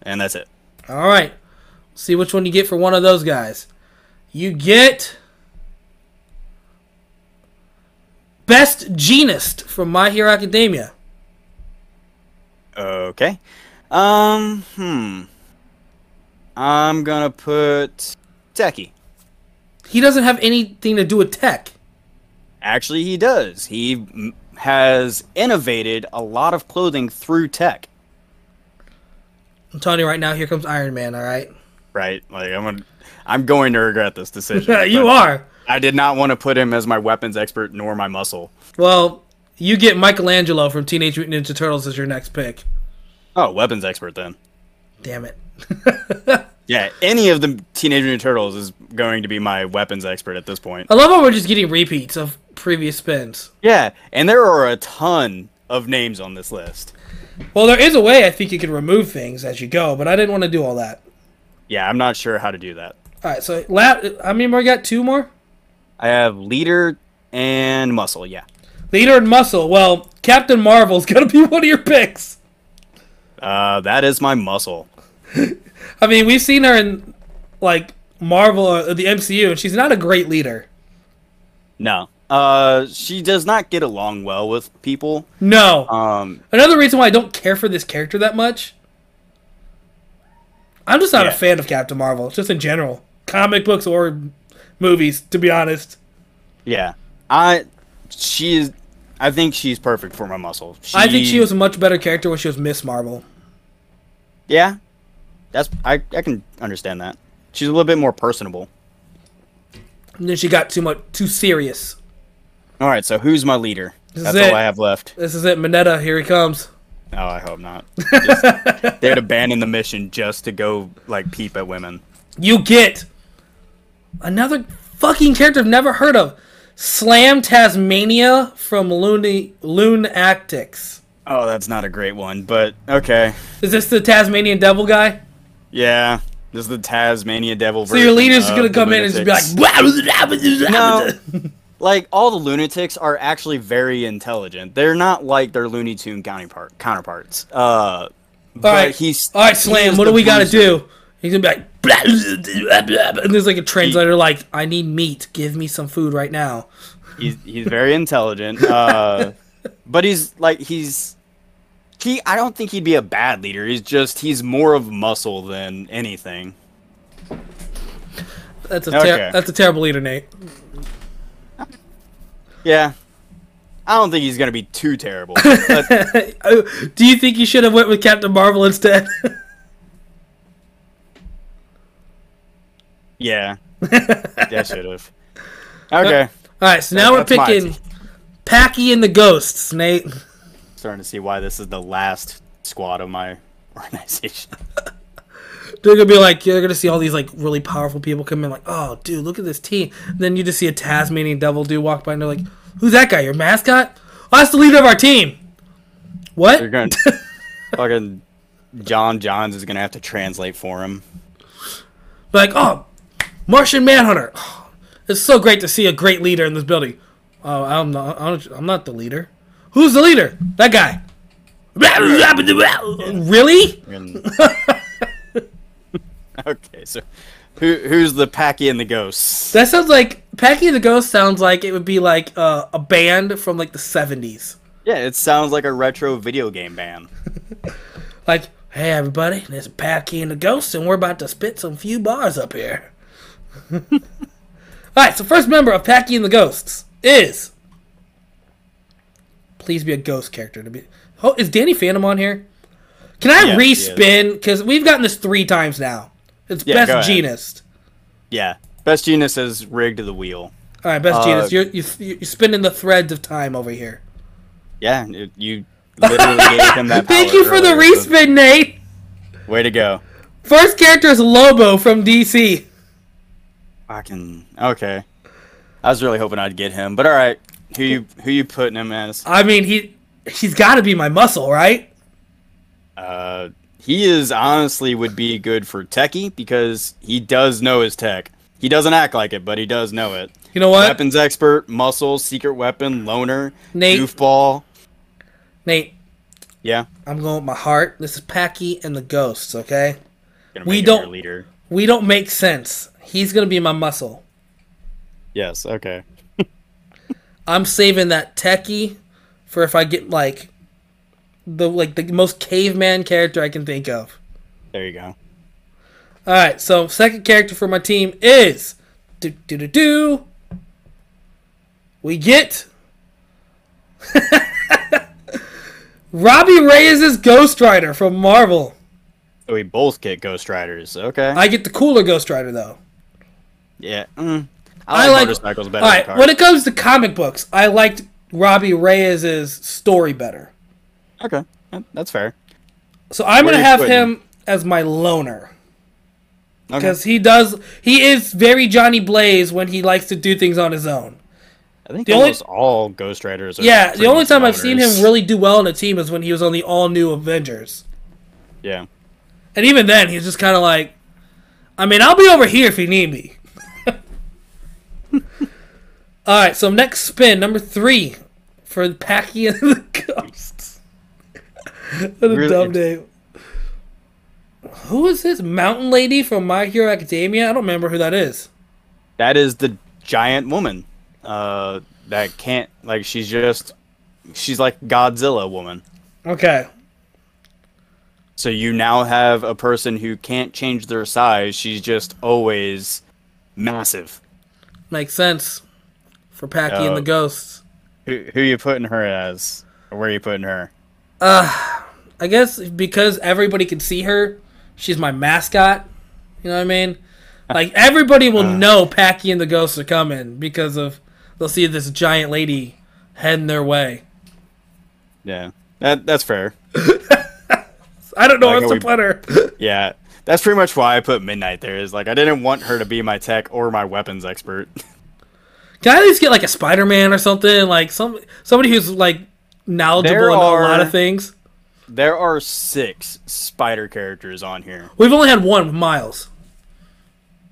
B: and that's it.
A: All right. See which one you get for one of those guys. You get Best Genist from My Hero Academia.
B: Okay. Um, hmm. I'm gonna put techie.
A: He doesn't have anything to do with tech.
B: Actually, he does. He mm, has innovated a lot of clothing through tech.
A: I'm telling you right now, here comes Iron Man, all right?
B: Right? Like I'm gonna, I'm going to regret this decision.
A: [LAUGHS] you
B: but
A: are.
B: I did not want to put him as my weapons expert nor my muscle.
A: Well, you get Michelangelo from Teenage Mutant Ninja Turtles as your next pick.
B: Oh, weapons expert then.
A: Damn it.
B: Yeah, any of the Teenage Mutant Turtles is going to be my weapons expert at this point.
A: I love how we're just getting repeats of previous spins.
B: Yeah, and there are a ton of names on this list.
A: Well, there is a way I think you can remove things as you go, but I didn't want to do all that.
B: Yeah, I'm not sure how to do that.
A: All right, so la- how many more you got? Two more?
B: I have leader and muscle. Yeah.
A: Leader and Muscle. Well, Captain Marvel's [LAUGHS] going to be one of your picks.
B: Uh, that is my muscle.
A: I mean, we've seen her in, like, Marvel or the MCU, and she's not a great leader.
B: No. Uh, she does not get along well with people.
A: No.
B: Um,
A: Another reason why I don't care for this character that much. I'm just not a
B: Yeah.
A: fan of Captain Marvel, just in general, comic books or movies. To be honest,
B: yeah. I, she is. I think she's perfect for my muscle.
A: I think she was a much better character when she was Miss Marvel.
B: Yeah, that's I I can understand that. She's a little bit more personable.
A: And then she got too much too serious.
B: All right, so who's my leader?
A: This is
B: That's
A: it.
B: all I have left.
A: This is it, Mineta. Here he comes.
B: Oh, I
A: [LAUGHS]
B: hope not. Just- they'd abandon the mission just to go like peep at women.
A: You get another fucking character I've never heard of. Slam Tasmania from Looney Lunatics.
B: Oh, that's not a great one, but okay.
A: Is this the Tasmanian Devil guy?
B: Yeah, this is the Tasmania Devil.
A: So your leader's gonna come in and just be like, "Blah, blah, blah, blah, blah."
B: [LAUGHS] like all the lunatics are actually very intelligent. They're not like their Looney Tune counterpart counterparts. Uh,
A: all
B: but
A: right,
B: he's
A: all right, Slam.
B: he's
A: What
B: the
A: do we gotta
B: Bruiser.
A: do? He's gonna be like, "Blah, blah, blah, blah, blah," and there's like a translator like, "I need meat. Give me some food right now."
B: He's he's very intelligent. Uh, but he's like he's he. I don't think he'd be a bad leader. He's just he's more of muscle than anything.
A: That's a ter-
B: Okay.
A: that's a terrible leader, Nate.
B: Yeah. I don't think he's gonna be too terrible. but
A: Oh, Do you think you should have went with Captain Marvel instead? [LAUGHS]
B: yeah, that should have. Okay,
A: All right, so now we're
B: That's my
A: picking
B: team.
A: Packy and the Ghosts, Nate.
B: starting to see why this is the last squad of my organization.
A: They're gonna be like, you're gonna see all these like really powerful people come in, like, oh, dude, look at this team. And then you just see a Tasmanian devil dude walk by, and they're like, who's that guy? Your mascot? Oh, that's the leader of our team.
B: They're
A: What?
B: going fucking John Johns is gonna have to translate for him.
A: Like, oh, Martian Manhunter. Oh, it's so great to see a great leader in this building. Oh, I'm not, I don't- I'm not the leader. Who's the leader? That guy. Really?
B: And-
A: [LAUGHS]
B: okay, so who who's the Packy and the Ghosts?
A: That sounds like Packy and the Ghost sounds like it would be like uh, a band from like the seventies.
B: Yeah, it sounds like a retro video game band.
A: Like, hey everybody, this is Packy and the Ghost, and we're about to spit some few bars up here. [LAUGHS] All right, so first member of Packy and the Ghosts is. Please be a ghost character to be. Oh, is Danny Phantom on here? Can I
B: Yes, he is.
A: respin? Because we've gotten this three times now. It's
B: Yeah, go
A: best
B: ahead.
A: genist.
B: Yeah, Best Genius is rigged to the wheel.
A: All right, best
B: Uh,
A: genist. You're, you you're spinning the threads of time over here.
B: Yeah, it- you literally gave him that.
A: [LAUGHS] Thank
B: power
A: you for the
B: earlier, so-
A: respin, Nate.
B: Way to go.
A: First character is Lobo from DC.
B: Fucking okay. I was really hoping I'd get him, but all right. Who you who you putting him as?
A: I mean, he he's got to be my muscle, right?
B: Uh, he is honestly would be good for techie because he does know his tech. He doesn't act like it, but he does know it.
A: You know what,
B: [LAUGHS] Weapons expert, muscle, secret weapon, loner,
A: Nate.
B: goofball.
A: Nate?
B: Yeah.
A: I'm going with my heart. This is Packy and the Ghosts. Okay,
B: Gonna
A: We
B: make him your
A: don't-
B: leader.
A: we don't make sense. He's gonna be my muscle.
B: Yes. Okay.
A: I'm saving that techie for if I get like the like the most caveman character I can think of.
B: There you go.
A: All right, so second character for my team is do do do do. We get [LAUGHS] Robbie Reyes' Ghost Rider from Marvel.
B: So we both get Ghost Riders. Okay.
A: I get the cooler Ghost Rider though.
B: yeah. Mm.
A: I
B: I, like
A: like-
B: motorcycles better.
A: All right,
B: than
A: when
B: cars.
A: it comes to comic books, I liked Robbie Reyes' story better,
B: okay. that- That's fair.
A: so I'm
B: Where
A: gonna
B: you
A: have
B: putting-
A: him as my loner
B: Okay.
A: because he does he is very Johnny Blaze when he likes to do things on his own.
B: I think
A: the only-
B: almost all Ghost Riders. Are
A: Yeah, the
B: pretty
A: only
B: much
A: time I've seen
B: loners.
A: him really do well in a team is when he was on the all new Avengers.
B: Yeah.
A: And even then, he's just kind of like, I mean, I'll be over here if you need me. [LAUGHS] all right, so next spin, number three for Packy and [LAUGHS] the Ghosts. what a
B: Really-
A: dumb name. Who is this mountain lady from My Hero Academia? I don't remember who that is.
B: That is the giant woman. Uh, that can't like she's just she's like Godzilla woman.
A: Okay.
B: So you now have a person who can't change their size. She's just always massive.
A: Makes sense for Packy and
B: Uh,
A: the Ghosts.
B: Who who you putting her as? Or where are you putting her?
A: I guess because everybody can see her, she's my mascot. You know what I
B: [LAUGHS]
A: mean? Like everybody will
B: Uh.
A: know Packy and the ghosts are coming because of they'll see this giant lady heading their way.
B: Yeah, that that's fair.
A: I don't know
B: Like,
A: where
B: are
A: to
B: we-
A: put her.
B: Yeah, that's pretty much why I put Midnight there. Is like I didn't want her to be my tech or my weapons expert. [LAUGHS]
A: Can I at least get like a Spider Man or something? Like some somebody who's like knowledgeable
B: There
A: about a lot
B: are-
A: of things.
B: there are six spider characters on here.
A: We've only had one with Miles.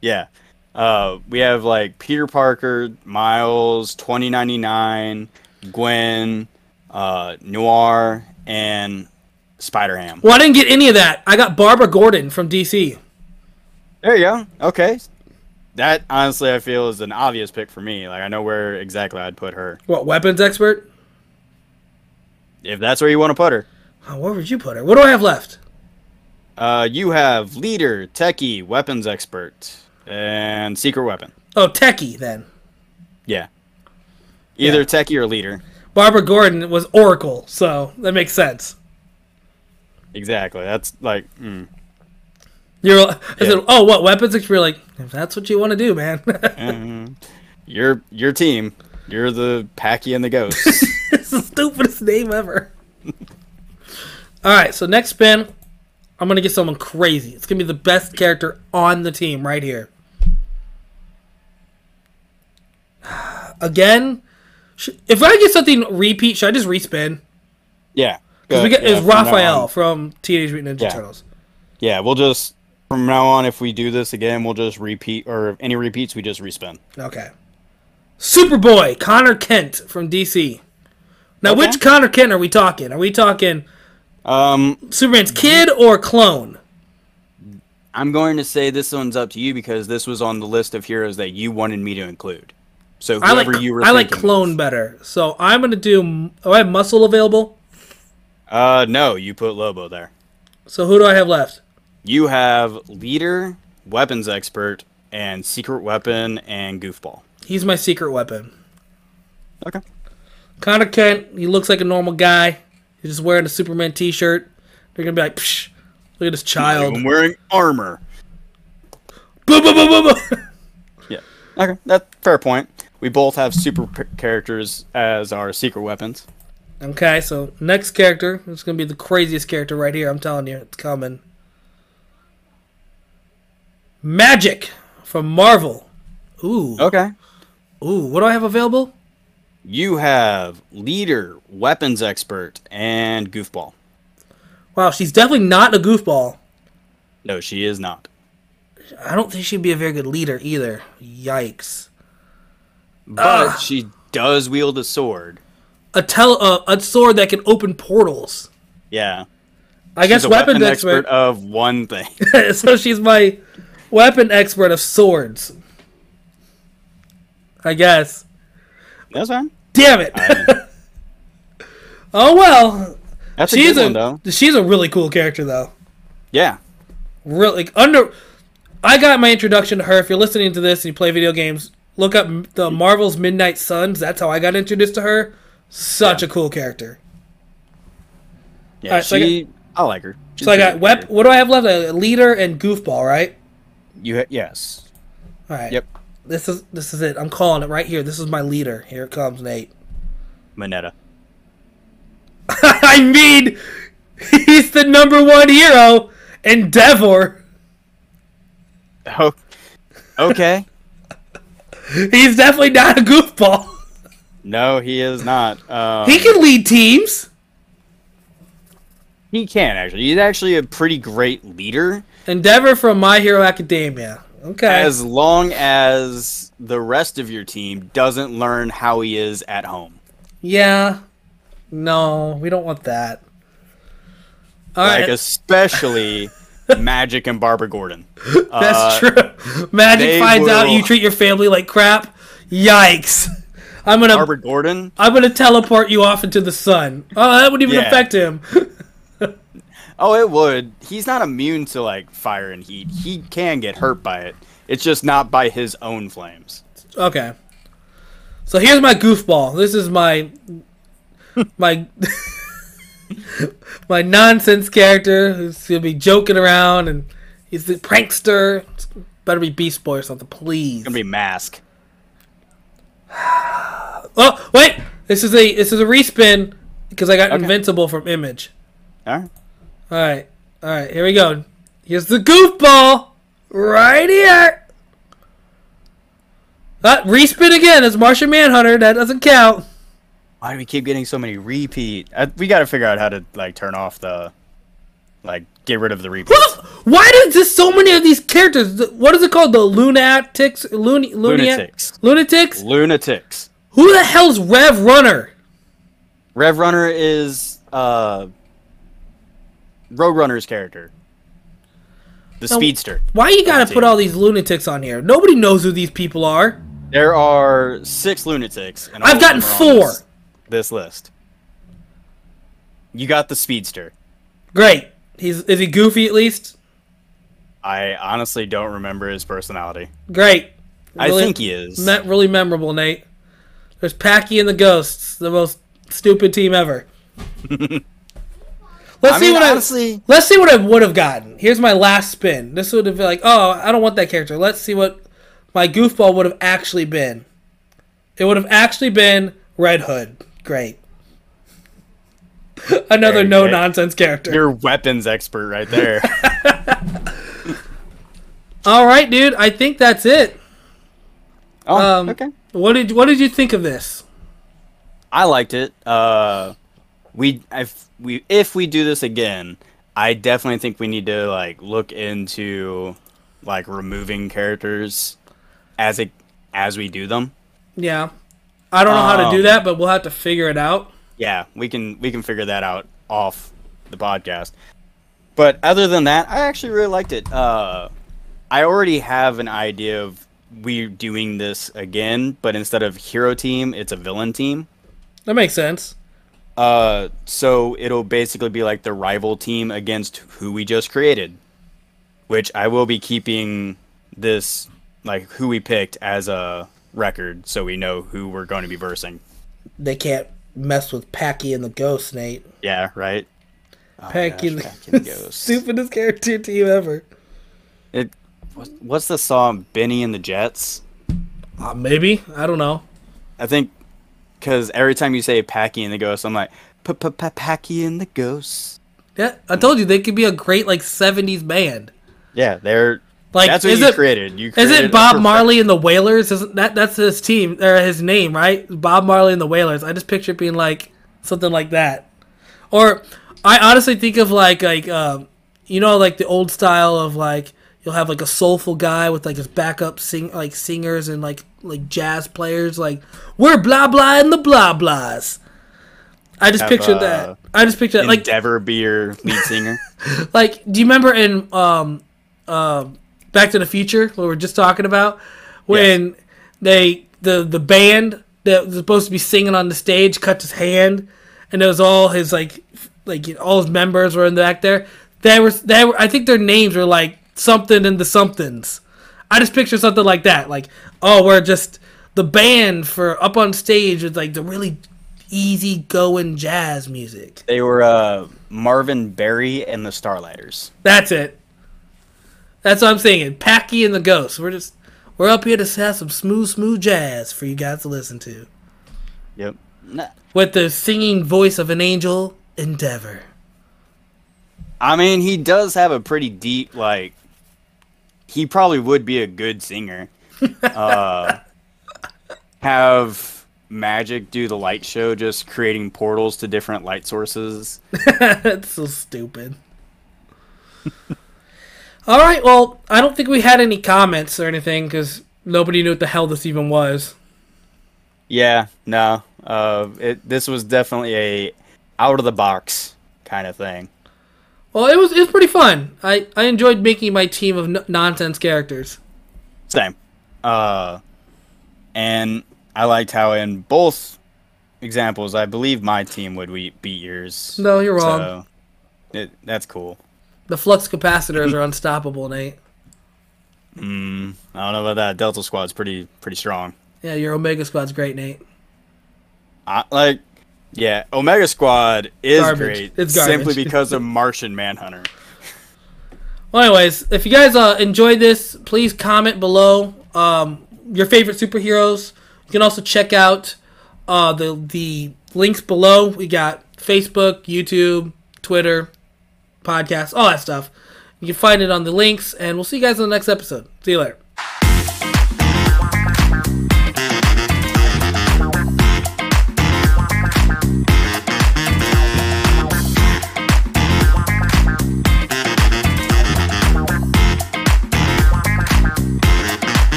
B: Yeah. Uh, we have like Peter Parker, Miles, 2099, Gwen, uh, Noir, and Spider Ham.
A: Well, I didn't get any of that. I got Barbara Gordon from DC.
B: There you go. Okay. That honestly, I feel is an obvious pick for me. Like I know where exactly I'd put her.
A: What weapons expert?
B: If that's where you want to put her,
A: Oh, where would you put her? What do I have left?
B: uh, you have leader, techie, weapons expert, and secret weapon.
A: Oh, Techie then.
B: Yeah. Either techie or leader.
A: Barbara Gordon was Oracle, so that makes sense.
B: Exactly. That's like. Mm.
A: You're, I
B: Yeah.
A: said, oh, what weapons? expert?" You're like, if that's what you want to do, man. [LAUGHS]
B: your your team. You're the Packy and the Ghosts.
A: [LAUGHS] it's the stupidest name ever. All right, so next spin, I'm gonna get someone crazy. It's gonna be the best character on the team right here. [SIGHS] Again, sh- if I get something repeat, should I just respin?
B: yeah.
A: Because we get
B: yeah,
A: is
B: from now
A: Raphael
B: on.
A: from Teenage Mutant Ninja
B: Yeah.
A: Turtles.
B: Yeah, we'll just from now on if we do this again, we'll just repeat or if any repeats we just respin.
A: Okay. Superboy, Connor Kent from DC. Now,
B: Okay.
A: which Connor Kent are we talking? Are we talking
B: Um
A: Superman's kid or clone?
B: I'm going to say this one's up to you because this was on the list of heroes that you wanted me to include. So
A: I like
B: whoever you were
A: I like
B: thinking of.
A: clone better. So I'm gonna do. Oh, I have muscle available.
B: Uh no, you put Lobo there.
A: So who do I have left?
B: You have leader, weapons expert, and secret weapon and goofball.
A: He's my secret weapon.
B: Okay.
A: Connor Kent. He looks like a normal guy. He's just wearing a Superman T-shirt. They're gonna be like, Psh, look at this child.
B: I'm wearing armor.
A: [LAUGHS] Boom, boom, boom, boom, boom.
B: Yeah. Okay. That fair point. We both have super p- characters as our secret weapons.
A: Okay, so next character is gonna be the craziest character right here. I'm telling you, it's coming. Magic from Marvel. Ooh,
B: Okay. Oh.
A: ooh. What do I have available?
B: You have leader, weapons expert, and goofball.
A: Wow, she's definitely not a goofball.
B: No, she is not.
A: I don't think she'd be a very good leader either. Yikes.
B: But she does wield a sword.
A: A tel- uh, a sword that can open portals.
B: Yeah.
A: I
B: She's
A: guess
B: a
A: weapon,
B: weapon
A: expert.
B: expert of one thing.
A: [LAUGHS] so she's my weapon expert of swords. I guess.
B: [LAUGHS] That's fine.
A: Damn it. [LAUGHS] oh well.
B: That's a
A: She's
B: good
A: a
B: one, though.
A: she's a really cool character though.
B: Yeah.
A: Really like, under I got my introduction to her. If you're listening to this and you play video games, look up m- the Marvel's Midnight Suns. That's how I got introduced to her. Such a cool character.
B: Yeah.
A: Alright,
B: she.
A: so I
B: I, like her. She's
A: So I
B: a
A: got
B: good
A: wep.
B: character.
A: What do I have left? A leader and goofball, right?
B: You ha- yes.
A: All right.
B: Yep.
A: This is this is it. I'm calling it right here. This is my leader. Here it comes, Nate. [LAUGHS]
B: Minetta.
A: I mean, he's the number one hero and Devor.
B: Oh. Okay. [LAUGHS]
A: He's definitely not a goofball.
B: no, he is not. Um,
A: He can lead teams.
B: He can actually. He's actually a pretty great leader,
A: Endeavor from My Hero Academia. Okay.
B: as long as the rest of your team doesn't learn how he is at home.
A: yeah. No, we don't want that. All right.
B: Like
A: [LAUGHS]
B: especially Magic and Barbara Gordon.
A: That's true. [LAUGHS] Magic
B: uh, they
A: finds out
B: will-
A: you treat your family like crap. Yikes. I'm gonna
B: Barbara Gordon.
A: I'm gonna teleport you off into the sun. Oh, that wouldn't even
B: Yeah.
A: affect him.
B: Oh, it would. He's not immune to like fire and heat. He can get hurt by it. It's just not by his own flames.
A: okay. So here's my goofball. This is my my [LAUGHS] my nonsense character who's gonna be joking around and he's the prankster. Better be Beast Boy or something, please.
B: gonna be Mask.
A: Oh wait, this is a this is a respin because I got Invincible from Image.
B: All right.
A: All right, all right, here we go. Here's the goofball right here. Uh, respin again as Martian Manhunter. That doesn't count.
B: Why do we keep getting so many repeat? I, we got to figure out how to like turn off the, like get rid of the repeat.
A: What the f- Why does this so many of these characters? the- What is it called? The lunatics, luni, lunia-
B: Lunatics.
A: lunatics.
B: Lunatics.
A: Who the hell's Rev Runner?
B: Rev Runner is uh, Roadrunner's character, the
A: Now-
B: speedster.
A: Why you gotta
B: Lunatic.
A: put all these lunatics on here? Nobody knows who these people are.
B: There are six lunatics. And
A: I've
B: all of
A: gotten
B: them are on
A: four.
B: This, this list. You got the speedster.
A: Great. He's is he goofy at least?
B: I honestly don't remember his personality.
A: Great.
B: I think he is.
A: me- really memorable, Nate. There's Packy and the Ghosts, the most stupid team
B: [LAUGHS]
A: ever. Let's
B: I
A: see
B: mean,
A: what I.
B: honestly,
A: Let's see what I would have gotten. Here's my last spin. This would have been like, oh, I don't want that character. Let's see what my goofball would have actually been. It would have actually been Red Hood. Great. [LAUGHS] Another
B: There you
A: no
B: go.
A: nonsense character.
B: you're a weapons expert
A: [LAUGHS]
B: right there. [LAUGHS]
A: All right, dude. I think that's it.
B: oh,
A: Um,
B: okay.
A: What did What did you think of this?
B: I liked it. Uh, we if we if we do this again, I definitely think we need to like look into like removing characters as it as we do them.
A: Yeah, I don't know how to do
B: Um,
A: that, but we'll have to figure it out.
B: Yeah, we can we can figure that out off the podcast. But other than that, I actually really liked it. Uh, I already have an idea of we doing this again, but instead of hero team, it's a villain team.
A: That makes sense.
B: Uh, so it'll basically be like the rival team against who we just created, which I will be keeping this like who we picked as a record, so we know who we're going to be versing.
A: They can't mess with Packy and the Ghost, Nate.
B: Yeah, right. Oh,
A: Packy and
B: gosh,
A: the [LAUGHS]
B: Packy and the Ghost.
A: stupidest character team ever.
B: It. what- What's the song "Benny and the Jets"?
A: Uh, maybe I don't know.
B: I think because every time you say "Packy and the Ghost," I'm like "Packy and the Ghost."
A: Yeah, I told you they could be a great like '70s band.
B: Yeah, they're
A: Like,
B: that's what
A: is
B: you
A: it-
B: created. You
A: Is
B: created a
A: it Bob
B: perfect-
A: Marley and the Wailers? Isn't that that's his team or his name, right? Bob Marley and the Wailers. I just picture it being like something like that, or I honestly think of like like um, you know like the old style of like you'll have like a soulful guy with like his backup sing like singers and like like jazz players like we're blah blah and the blah blahs. I just
B: Have,
A: pictured
B: uh,
A: that. I just pictured that. like
B: Endeavor be your lead singer.
A: like, do you remember in um, um Back to the Future what we were just talking about when they the the band that was supposed to be singing on the stage cut his hand, and it was all his like f- like all his members were in the back there. They were they were I think their names were like something and the somethings. I just picture something like that. Like oh we're just the band for up on stage with like the really easy going jazz music.
B: [LAUGHS] they were uh, Marvin Berry and the Starlighters.
A: That's it. That's what I'm singing. Packy and the Ghost. We're just we're up here to have some smooth, smooth jazz for you guys to listen to.
B: Yep. Nah,
A: With the singing voice of an angel, Endeavor. [LAUGHS]
B: I mean, he does have a pretty deep like. He probably would be a good
A: [LAUGHS]
B: singer. uh, have Magic do the light show, just creating portals to different light sources.
A: That's so stupid. [LAUGHS] All right, well, I don't think we had any comments or anything because nobody knew what the hell this even was.
B: Yeah, no. Uh, it, this was definitely a out of the box kind of thing.
A: Well, it was it was pretty fun. I, I enjoyed making my team of n- nonsense characters.
B: Same. Uh, and I liked how in both examples, I believe my team would we- beat yours.
A: No, you're wrong.
B: So it, that's cool.
A: The flux capacitors are [LAUGHS] unstoppable, Nate.
B: I don't know about that. Delta Squad's pretty pretty strong.
A: Yeah, your Omega Squad's great, Nate.
B: I, like, yeah, Omega Squad is
A: Garbage.
B: great
A: It's garbage. [LAUGHS]
B: simply because of Martian Manhunter.
A: Well, anyways, if you guys uh, enjoyed this, please comment below um, your favorite superheroes. You can also check out uh, the the links below. We got Facebook, YouTube, Twitter, podcasts, all that stuff. You can find it on the links, and we'll see you guys in the next episode. See you later.